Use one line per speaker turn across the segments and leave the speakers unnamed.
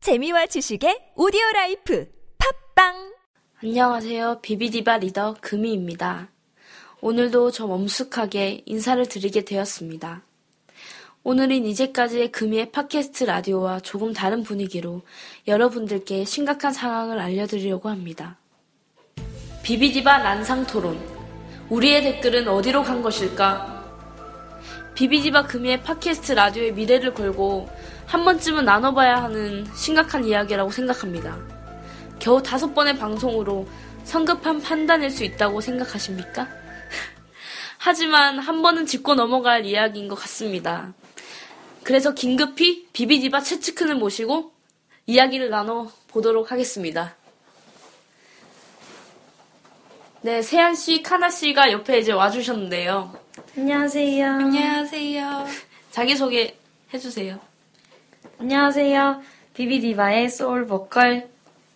재미와 지식의 오디오 라이프 팝빵
안녕하세요. 비비디바 리더 금이입니다. 오늘도 저 엄숙하게 인사를 드리게 되었습니다. 오늘은 이제까지의 금이의 팟캐스트 라디오와 조금 다른 분위기로 여러분들께 심각한 상황을 알려드리려고 합니다. 비비디바 난상 토론. 우리의 댓글은 어디로 간 것일까? 비비디바 금이의 팟캐스트 라디오의 미래를 걸고 한 번쯤은 나눠봐야 하는 심각한 이야기라고 생각합니다. 겨우 다섯 번의 방송으로 성급한 판단일 수 있다고 생각하십니까? 하지만 한 번은 짚고 넘어갈 이야기인 것 같습니다. 그래서 긴급히 비비디바 채츠크는 모시고 이야기를 나눠보도록 하겠습니다. 네, 세안 씨, 카나 씨가 옆에 이제 와주셨는데요.
안녕하세요.
안녕하세요. 자기소개 해주세요.
안녕하세요. 비비디바의 소울 보컬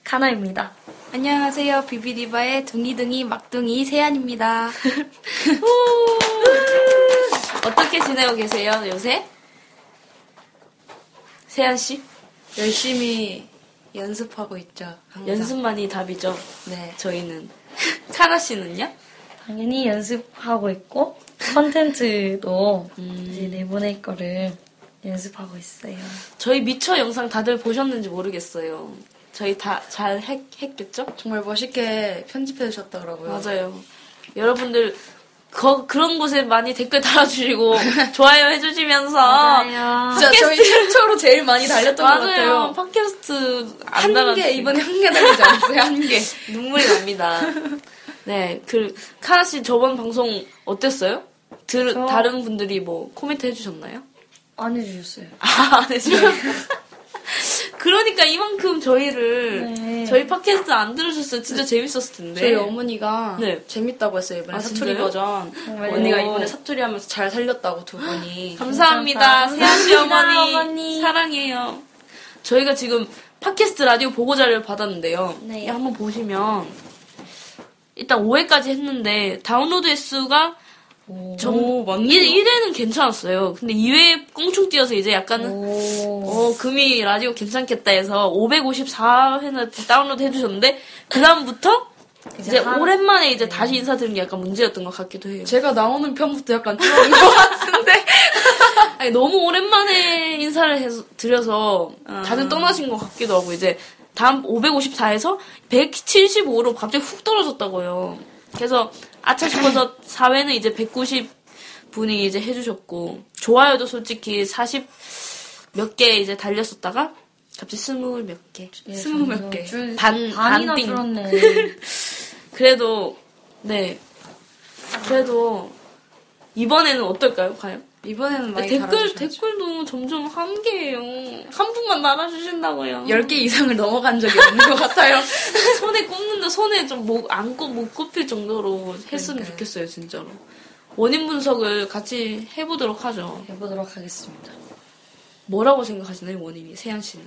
카나입니다.
안녕하세요. 비비디바의 둥이둥이 막둥이 세안입니다.
어떻게 지내고 계세요, 요새? 세안 씨?
열심히 연습하고 있죠. 항상.
연습만이 답이죠.
네.
저희는. 카나 씨는요?
당연히 연습하고 있고 컨텐츠도 이제 내보낼 거를 연습하고 있어요.
저희 미처 영상 다들 보셨는지 모르겠어요. 저희 다 잘 했겠죠?
정말 멋있게 편집해 주셨더라고요.
맞아요. 여러분들 거- 그런 곳에 많이 댓글 달아주시고 좋아요 해주시면서
맞아요.
진짜 저희 최초로 제일 많이 달렸던 것
맞아요.
같아요.
팟캐스트 안
한 개,
달아주시고
이번에 한 개 달리지 않았어요? 한 개.
눈물이 납니다. 네, 그 카나 씨 저번 방송 어땠어요? 들,
저-
다른 분들이 뭐 코멘트 해주셨나요?
안 해주셨어요.
아, 네, 지금. 그러니까 이만큼 저희를
네.
저희 팟캐스트 안 들으셨어요. 진짜 재밌었을 텐데.
저희 어머니가
네.
재밌다고 했어요. 이번에
아,
사투리
진짜요?
버전.
정말요?
언니가 이번에 사투리 하면서 잘 살렸다고 두 분이.
감사합니다.
감사합니다.
세아씨
감사합니다,
어머니,
어머니.
사랑해요. 저희가 지금 팟캐스트 라디오 보고자를 받았는데요.
네.
이거 한번 보시면 일단 5회까지 했는데 다운로드 횟수가 정,
오, 많네요.
1, 회는 괜찮았어요. 근데 2회 꽁충 뛰어서 이제 약간은
오.
어, 금이 라디오 괜찮겠다 해서 554회나 다운로드 해주셨는데, 그다음부터 이제,
이제 한-
오랜만에 이제 다시 인사드리는 게 약간 문제였던 것 같기도 해요.
네. 제가 나오는 편부터 약간 들어온 것 같은데.
아니, 너무 오랜만에 인사를 해서, 드려서
아.
다들 떠나신 것 같기도 하고, 이제 다음 554에서 175로 갑자기 훅 떨어졌다고요. 그래서 아차 싶어서 4회는 이제 190, 분이 이제 해주셨고 좋아요도 솔직히 40 몇 개 이제 달렸었다가 갑자기 스물 몇 개.
스무 몇 개.
줄-
반-
반이나
반띵.
줄었네.
그래도 네 그래도 이번에는 어떨까요 과연
이번에는 많이
댓글
달아주셨죠.
댓글도 점점 한 개예요 한 분만 달아주신다고요
10개 이상을 넘어간 적이 없는 것 같아요.
손에 꼽는데 손에 좀안꼽못 꼽힐 정도로 했으면
그러니까요.
좋겠어요 진짜로 원인 분석을 같이 해보도록 하죠
해보도록 하겠습니다.
뭐라고 생각하시나요 원인이 세안 씨는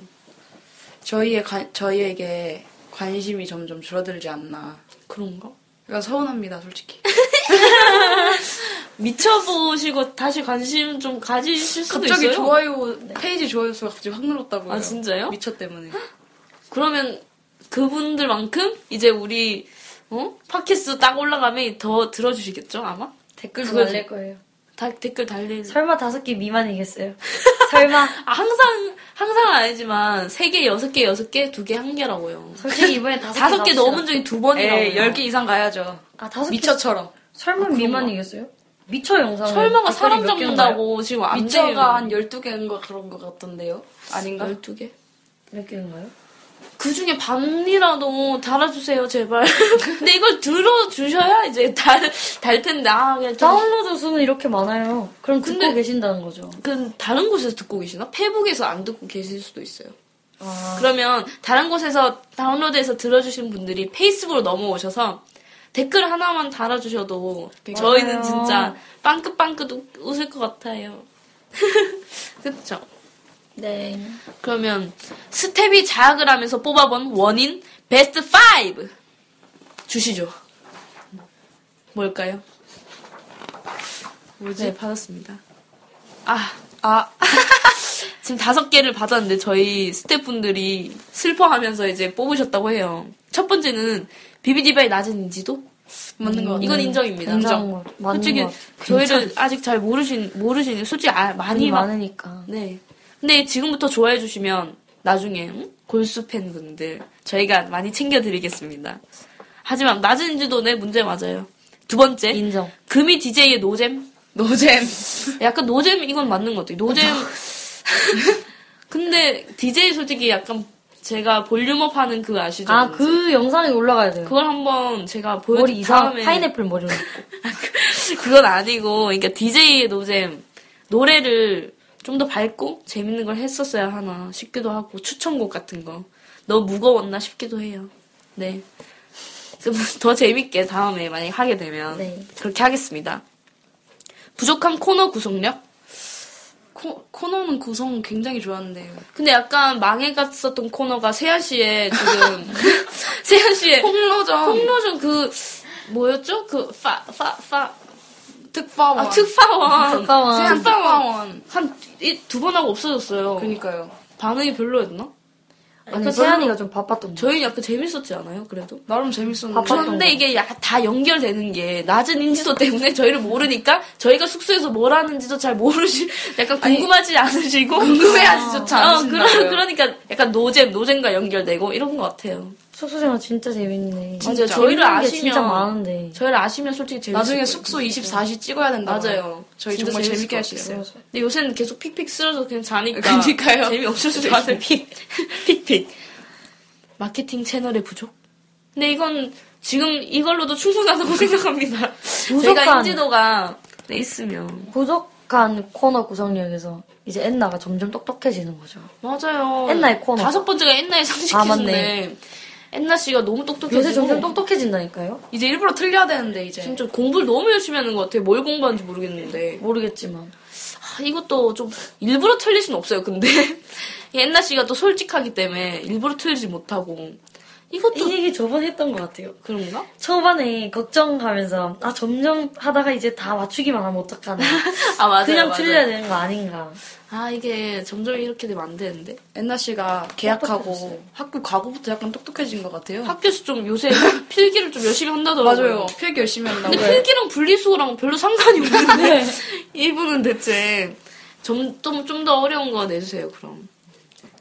저희의 관- 저희에게 관심이 점점 줄어들지 않나.
그런가
약간 서운합니다, 솔직히.
미쳐보시고 다시 관심 좀 가지실 수도
갑자기
있어요
좋아요 페이지 좋아요 수가 갑자기 확 늘었다고요.
아, 진짜요?
미쳐 때문에.
그러면 그분들만큼 이제 우리 어? 팟캐스트 딱 올라가면 더 들어주시겠죠 아마?
댓글도
그거
달릴 거예요.
다 댓글 달릴
설마 다섯 개 미만이겠어요? 설마.
아, 항상 항상 아니지만 세 개, 여섯 개, 여섯 개, 두 개, 한 개라고요.
솔직히 이번에
아,
다섯 개
다섯 개
나옵시다.
넘은 적이 두 번이라고요.
에이, 예, 10개 이상 가야죠.
아 다섯 개
미쳐처럼.
설마 미만이겠어요? 미쳐 영상.
아, 설마가 사람 잡는다고 지금 안
미쳐가 한
돼요.
12개인가 그런 것 같던데요? 아닌가?
12개?
몇 개인가요?
그 중에 반이라도 달아주세요, 제발. 근데 이걸 들어주셔야 이제 달, 달 텐데, 아, 그냥 좀.
다운로드 수는 이렇게 많아요. 그럼 듣고
근데-
계신다는 거죠.
그 다른 곳에서 듣고 계시나? 페북에서 안 듣고 계실 수도 있어요.
아,
그러면 다른 곳에서 다운로드해서 들어주신 분들이 페이스북으로 넘어오셔서 댓글 하나만 달아주셔도 저희는
맞아요.
진짜 빵긋빵긋 웃- 웃을 것 같아요. 그쵸?
네.
그러면 스텝이 자학을 하면서 뽑아본 원인 베스트 5 주시죠. 뭘까요? 네, 뭐지? 받았습니다. 아, 아. 지금 다섯 개를 받았는데 저희 스태프분들이 슬퍼하면서 이제 뽑으셨다고 해요. 첫 번째는 비비디바의 낮은 인지도?
맞는 것 같아요.
이건 인정입니다.
음, 인정. 맞는
솔직히
것 같아요.
저희를 아직 잘 모르신 모르시는 솔직히 아, 많이
많이
막
많으니까.
네. 근데 지금부터 좋아해 주시면 나중에 응? 골수 팬분들 저희가 많이 챙겨드리겠습니다. 하지만 낮은 지도네 문제 맞아요. 두 번째
인정.
금이 DJ의 노잼
노잼.
약간 노잼 이건 맞는 것 같아요. 노잼 근데 DJ 솔직히 약간 제가 볼륨업 하는 그 아시죠?
아, 그 영상이 올라가야 돼요.
그걸 한번 제가
머리
보여드릴
이상,
다음에
파인애플 머리로.
그건 아니고, 그러니까 DJ의 노잼, 노래를 좀 더 밝고 재밌는 걸 했었어야 하나 싶기도 하고, 추천곡 같은 거. 너무 무거웠나 싶기도 해요. 네. 좀 더 재밌게 다음에 만약에 하게 되면
네.
그렇게 하겠습니다. 부족한 코너 구성력?
코, 코너는 구성 굉장히 좋았는데.
근데 약간 망해갔었던 코너가 세아 씨의 지금 세아 씨의
폭로정.
폭로전 그 뭐였죠? 그 파 파파
특파원. 네,
아 특파원
어. 특파원.
특파원. 그러니까.
한두 번 하고 없어졌어요.
그니까요.
반응이 별로였나?
아니, 그 세안이가 좀 바빴던 데
저희 약간 재밌었지 않아요? 그래도?
나름 재밌었는데.
바빴던
그런데
거.
이게 야- 다 연결되는 게 낮은 인지도 때문에 저희를 모르니까 저희가 숙소에서 뭘 하는지도 잘 모르시, 약간 궁금하지 않으시고
궁금해하지조차
어,
않으신다고요.
그러, 그러니까 약간 노잼, 노잼과 연결되고 이런 것 같아요.
숙소생활 진짜 재밌네.
진짜
맞아.
저희를
재밌는 게
아시면
진짜 많은데.
저희를 아시면 솔직히 재밌을
나중에
거예요.
숙소 24시 찍어야 된다.
맞아요.
저희
진짜
정말
재밌을
재밌게
것
할 수 있어요.
근데 요새는 계속 픽픽 쓰러져 그냥 자니까
그러니까요.
재미없을 수도 있어요. 픽, 픽픽. 마케팅 채널의 부족? 근데 이건 지금 이걸로도 충분하다고 생각합니다. 제가
부족한.
인지도가 돼 있으면.
부족한 코너 구성력에서 이제 엔나가 점점 똑똑해지는 거죠.
맞아요.
엔나의 코너.
다섯 번째가 엔나의
아,
상식이었네.
맞네.
엔나 씨가 너무 똑똑해지고
요새 점점 똑똑해진다니까요?
이제 일부러 틀려야 되는데, 이제.
진짜 공부를 너무 열심히 하는 것 같아요. 뭘 공부하는지 모르겠는데.
모르겠지만.
아, 이것도 좀 일부러 틀릴 순 없어요. 근데 옛날 씨가 또 솔직하기 때문에 일부러 틀리지 못하고 이것도
이 얘기 저번에 했던 것 같아요.
그런가?
초반에 걱정하면서 아 점점 하다가 이제 다 맞추기만 하면 어떡하나
아 맞아요.
그냥
맞아요.
틀려야 되는 거 아닌가
아 이게 점점 이렇게 되면 안 되는데
엔나 씨가 계약하고 학교 과거부터 약간 똑똑해진 것 같아요.
학교에서 좀 요새 필기를 좀 열심히 한다더라고요.
맞아요. 필기 열심히 한다고.
근데
네.
필기랑 분리수거랑 별로 상관이 없는데 이분은 대체 좀좀더 어려운 거 내주세요. 그럼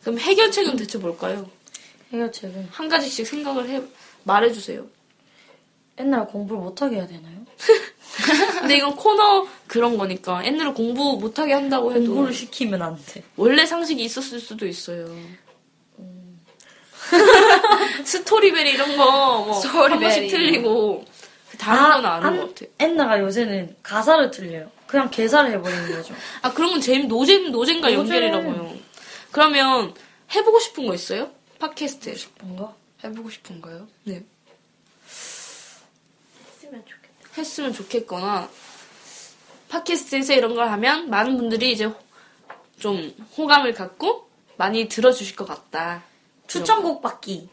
그럼 해결책은 대체 뭘까요?
해결책은
한 가지씩 생각을 해 말해주세요.
옛날 공부를 못하게 해야 되나요?
근데 이건 코너 그런 거니까 옛날에 공부 못하게 한다고 해도
공부를 시키면 안돼
원래 상식이 있었을 수도 있어요. 스토리벨 이런 거뭐
스토리벨이.
한 번씩 틀리고 그 다른 건 아는 것 같아요.
옛날가 요새는 가사를 틀려요 그냥 계사를 해버리는 거죠
아 그런 건 재미 노잼 노잼과
노잼.
연결이라고요. 그러면 해보고 싶은 거 있어요? 팟캐스트에서
뭔가
해보고 싶은가요?
네.
했으면 좋겠다
했으면 좋겠거나 팟캐스트에서 이런 걸 하면 많은 분들이 이제 호- 좀 호감을 갖고 많이 들어주실 것 같다.
추천곡 받기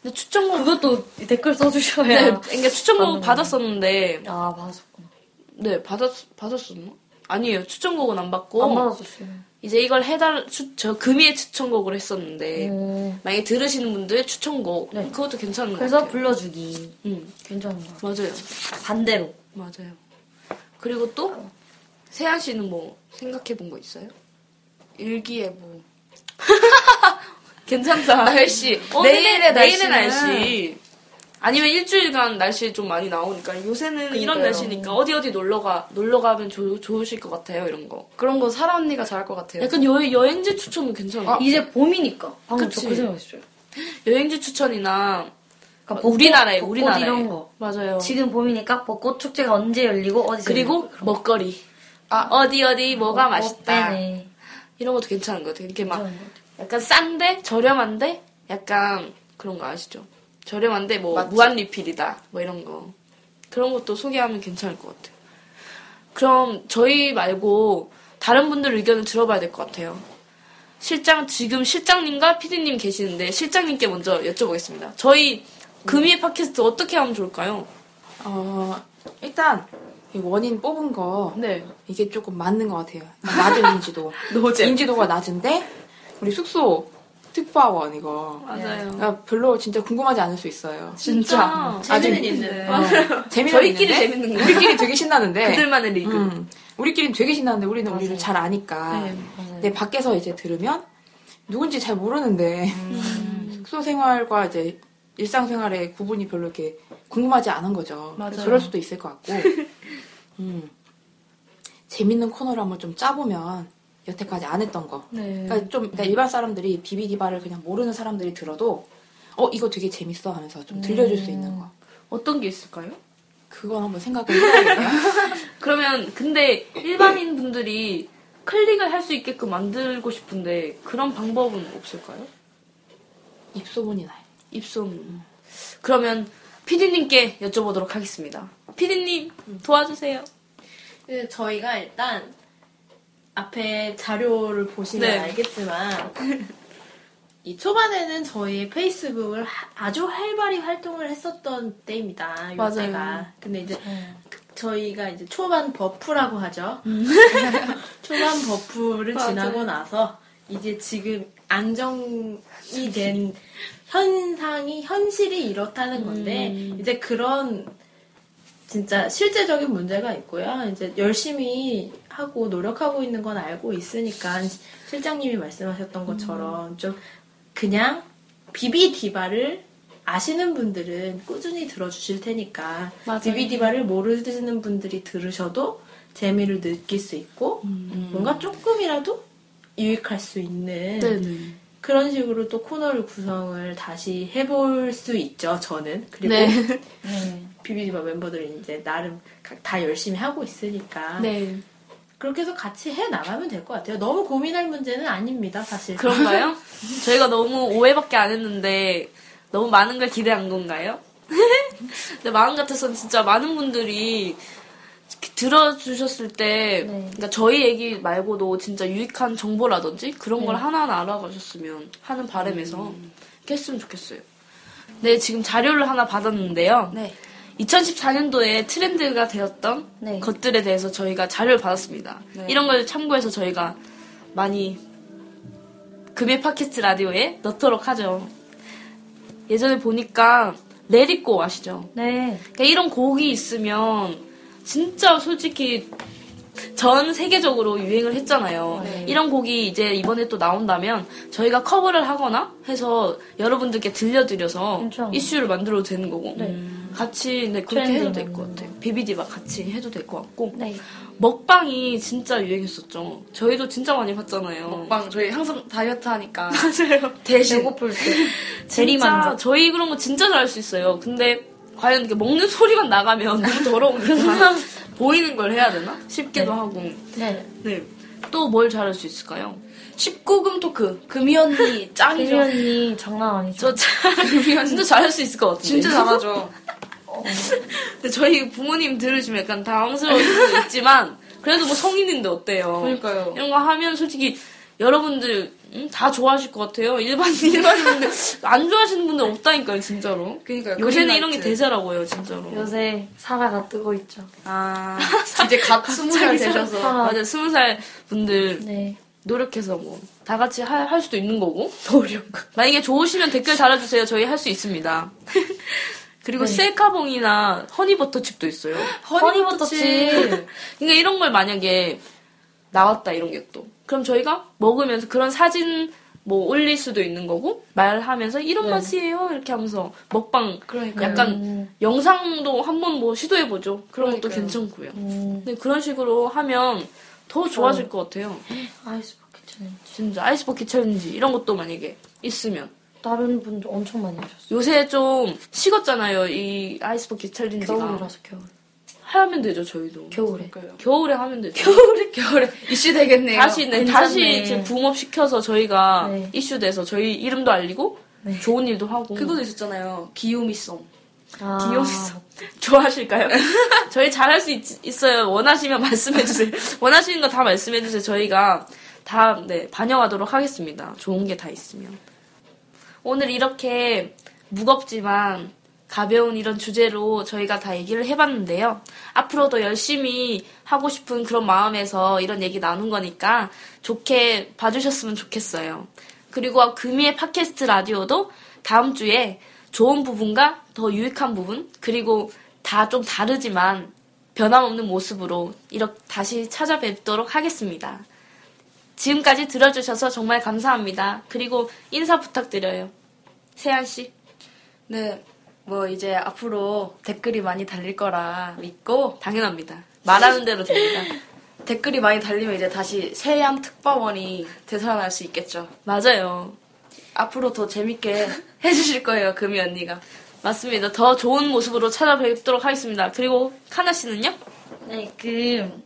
근데 추천곡
그것도 댓글 써주셔야
네, 그러니까 추천곡
맞는 거.
받았었는데
아 받았었구나
네, 받았, 받았었나? 아니에요. 추천곡은 안 받고.
안 받았었어요
이제 이걸 해달, 추, 저 금이의 추천곡을 했었는데,
음,
만약에 들으시는 분들 추천곡,
네.
그것도 괜찮은 것
그래서
같아요.
불러주기
음,
괜찮은 거 같아요.
맞아요.
반대로
맞아요. 그리고 또, 세아 씨는 뭐, 생각해 본 거 있어요? 뭐.
일기예보.
괜찮다.
날씨.
어,
내일의
내일의 날씨.
날씨는-
날씨. 아니면 일주일간 날씨 좀 많이 나오니까 요새는 이런
그러니까요.
날씨니까 어디 어디 놀러가 놀러가면 좋 좋으실 것 같아요 이런 거.
그런 거 사라 언니가 잘할 것 같아요.
약간 여, 여행지 추천은 괜찮아요.
이제 봄이니까 방금
그치.
저 그 생각했어요
여행지 추천이나
그러니까 벚꽃,
우리나라에
벚꽃
우리나라에
이런 거
맞아요.
지금 봄이니까 벚꽃 축제가 언제 열리고 어디서
어. 네, 그리고 먹거리 아 어디 어디 뭐가 맛있다
네
이런 것도 괜찮은 것 같아요. 이렇게 막 약간 싼데 저렴한데 약간 그런 거 아시죠? 저렴한데 뭐
맞지.
무한 리필이다 뭐 이런 거 그런 것도 소개하면 괜찮을 것 같아요. 그럼 저희 말고 다른 분들 의견을 들어봐야 될 것 같아요. 실장 지금 실장님과 피디님 계시는데 실장님께 먼저 여쭤보겠습니다. 저희 금이 팟캐스트 어떻게 하면 좋을까요?
어, 일단 이 원인 뽑은 거
네.
이게 조금 맞는 것 같아요. 낮은 인지도.
노잼.
인지도가 낮은데 우리 숙소 특파원 이거.
맞아요.
그러니까 별로 진짜 궁금하지 않을 수 있어요.
진짜. 네.
재미는
있는데. 네.
재미는
저희끼리
있는데
재밌는 거예요.
우리끼리 되게 신나는데.
그들만의 리그.
음, 우리끼리는 되게 신나는데 우리는 우리를 잘 아니까.
네,
근데 밖에서 이제 들으면 누군지 잘 모르는데
음.
숙소 생활과 이제 일상 생활의 구분이 별로 이렇게 궁금하지 않은 거죠. 그래서
맞아요.
그럴 수도 있을 것 같고. 음. 재밌는 코너를 한번 좀 짜보면 여태까지 안 했던 거.
네.
그러니까 좀 그러니까 일반 사람들이 비비디바를 그냥 모르는 사람들이 들어도 어 이거 되게 재밌어 하면서
네.
좀 들려줄 수 있는 거.
어떤 게 있을까요?
그건 한번 생각을 해봐야겠네요.
그러면 근데 일반인 분들이 클릭을 할 수 있게끔 만들고 싶은데 그런 방법은 없을까요?
입소문이 나요.
입소문. 그러면 피디님께 여쭤보도록 하겠습니다. 피디님 도와주세요.
그 저희가 일단 앞에 자료를 보시면
네.
알겠지만 이 초반에는 저희 페이스북을 하- 아주 활발히 활동을 했었던 때입니다. 요
맞아요. 네.
때가. 근데 이제 그 저희가 이제 초반 버프라고 하죠. 초반 버프를
음. 맞아요.
지나고 나서 이제 지금 안정이 된 현상이 현실이 이렇다는 건데
음.
이제 그런 진짜 실제적인 문제가 있고요. 이제 열심히 하고 노력하고 있는 건 알고 있으니까 실장님이 말씀하셨던 것처럼
음.
좀 그냥 비비디바를 아시는 분들은 꾸준히 들어주실 테니까
맞아요.
비비디바를 모르시는 분들이 들으셔도 재미를 느낄 수 있고 뭔가 조금이라도 유익할 수
음.
있는
네네.
그런 식으로 또 코너를 구성을 다시 해볼 수 있죠, 저는. 그리고
네.
비비디바 멤버들은 이제 나름 각- 다 열심히 하고 있으니까.
네.
그렇게 해서 같이 해 나가면 될 것 같아요. 너무 고민할 문제는 아닙니다, 사실.
그런가요? 저희가 너무 오해밖에 안 했는데 너무 많은 걸 기대한 건가요? 근데 마음 같아서는 진짜 많은 분들이 들어주셨을 때, 그러니까 저희 얘기 말고도 진짜 유익한 정보라든지 그런 걸 하나하나 알아가셨으면 하는 바람에서 이렇게 했으면 좋겠어요. 네, 지금 자료를 하나 받았는데요. 2014년도에 트렌드가 되었던 것들에 대해서 저희가 자료를 받았습니다. 이런 걸 참고해서 저희가 많이 금요 팟캐스트 라디오에 넣도록 하죠. 예전에 보니까 레디고 아시죠?
네.
그러니까 이런 곡이 있으면 진짜 솔직히 전 세계적으로 유행을 했잖아요.
네.
이런 곡이 이제 이번에 또 나온다면 저희가 커버를 하거나 해서 여러분들께 들려드려서
괜찮아요.
이슈를 만들어도 되는 거고 같이 네, 그렇게 해도
네. 트렌드
될 것 같아요. 비비디바 같이 해도 될 것 같고
네.
먹방이 진짜 유행했었죠. 저희도 진짜 많이 봤잖아요.
막 저희 항상 다이어트 하니까
대신
배고플 때
진짜 저희 그런 거 진짜 잘할 수 있어요. 근데 과연 이렇게 먹는 소리만 나가면 너무
아.
더러우니까 보이는 걸 해야 되나 싶기도 하고.
네.
네. 또 뭘 잘할 수 있을까요?
19금 토크 금이 언니
혜리
짱이죠.
언니 장난 아니죠?
저 잘, 진짜 잘할 수 있을 것 같은데.
진짜 잘하죠.
근데 저희 부모님 들으시면 약간 당황스러울 수도 있지만 그래도 뭐 성인인데 어때요?
그러니까요.
이런 거 하면 솔직히 여러분들 음, 다 좋아하실 것 같아요. 일반 일반인들 안 좋아하시는 분들 없다니까요, 진짜로.
그러니까요.
요새는 이런 게
그린라이트.
대세라고요, 진짜로.
요새 사라가 뜨고 있죠.
아 이제 갓 스무 살 되셔서
맞아 스무 살 분들
네.
노력해서 뭐 다 같이 할, 할 수도 있는 거고 노력 만약에 좋으시면 댓글 달아주세요 저희 할 수 있습니다
네.
그리고 셀카봉이나 허니버터칩도 있어요
허니버터칩.
그러니까 이런 걸 만약에 나왔다 이런 게 또 그럼 저희가 먹으면서 그런 사진 뭐 올릴 수도 있는 거고 말하면서 이런 맛이에요 이렇게 하면서 먹방
네. 그러니까요.
약간 영상도 한번 뭐 시도해 보죠 그런 것도
그러니까요. 음.
괜찮고요 근데 그런 식으로 하면 더
어.
좋아질 것 같아요
아이스 버킷 챌린지.
진짜 아이스 버킷 챌린지 이런 것도 만약에 있으면
다른 분도 엄청 많이 하셨어요.
요새 좀 식었잖아요 이 아이스 버킷 챌린지가
겨울이라서 겨울.
하면 되죠 저희도
겨울에.
겨울에 하면 되죠 겨울에 겨울에
이슈 되겠네요.
다시 네, 다시
괜찮네.
이제 붐업 시켜서 저희가
네.
이슈돼서 저희 이름도 알리고 좋은 일도 하고
그것도 있었잖아요. 기요미성.
아,
귀여웠어. 좋아하실까요? 저희 잘할 수 있, 어요 원하시면 말씀해주세요. 원하시는 거 다 말씀해주세요. 저희가 다 네, 반영하도록 하겠습니다. 좋은 게 다 있으면. 오늘 이렇게 무겁지만 가벼운 이런 주제로 저희가 다 얘기를 해봤는데요. 앞으로도 열심히 하고 싶은 그런 마음에서 이런 얘기 나눈 거니까 좋게 봐주셨으면 좋겠어요. 그리고 금이의 팟캐스트 라디오도 다음 주에 좋은 부분과 더 유익한 부분, 그리고 다 좀 다르지만 변함없는 모습으로 이렇게 다시 찾아뵙도록 하겠습니다. 지금까지 들어주셔서 정말 감사합니다. 그리고 인사 부탁드려요. 세안 씨.
네, 뭐 이제 앞으로 댓글이 많이 달릴 거라 믿고
당연합니다. 말하는 대로 됩니다.
댓글이 많이 달리면 이제 다시 세양 특파원이 되살아날 수 있겠죠.
맞아요.
앞으로 더 재밌게 해주실 거예요, 금이 언니가.
맞습니다. 더 좋은 모습으로 찾아뵙도록 하겠습니다. 그리고 카나 씨는요?
네, 그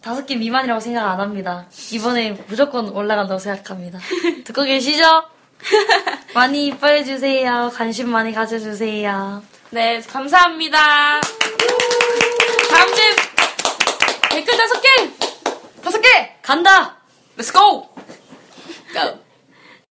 다섯 개 미만이라고 생각 안 합니다. 이번에 무조건 올라간다고 생각합니다. 듣고 계시죠? 많이 이뻐해 주세요. 관심 많이 가져주세요.
네, 감사합니다. 다음 주 댓글 다섯 개!
다섯 개 간다.
Let's go!
그러니까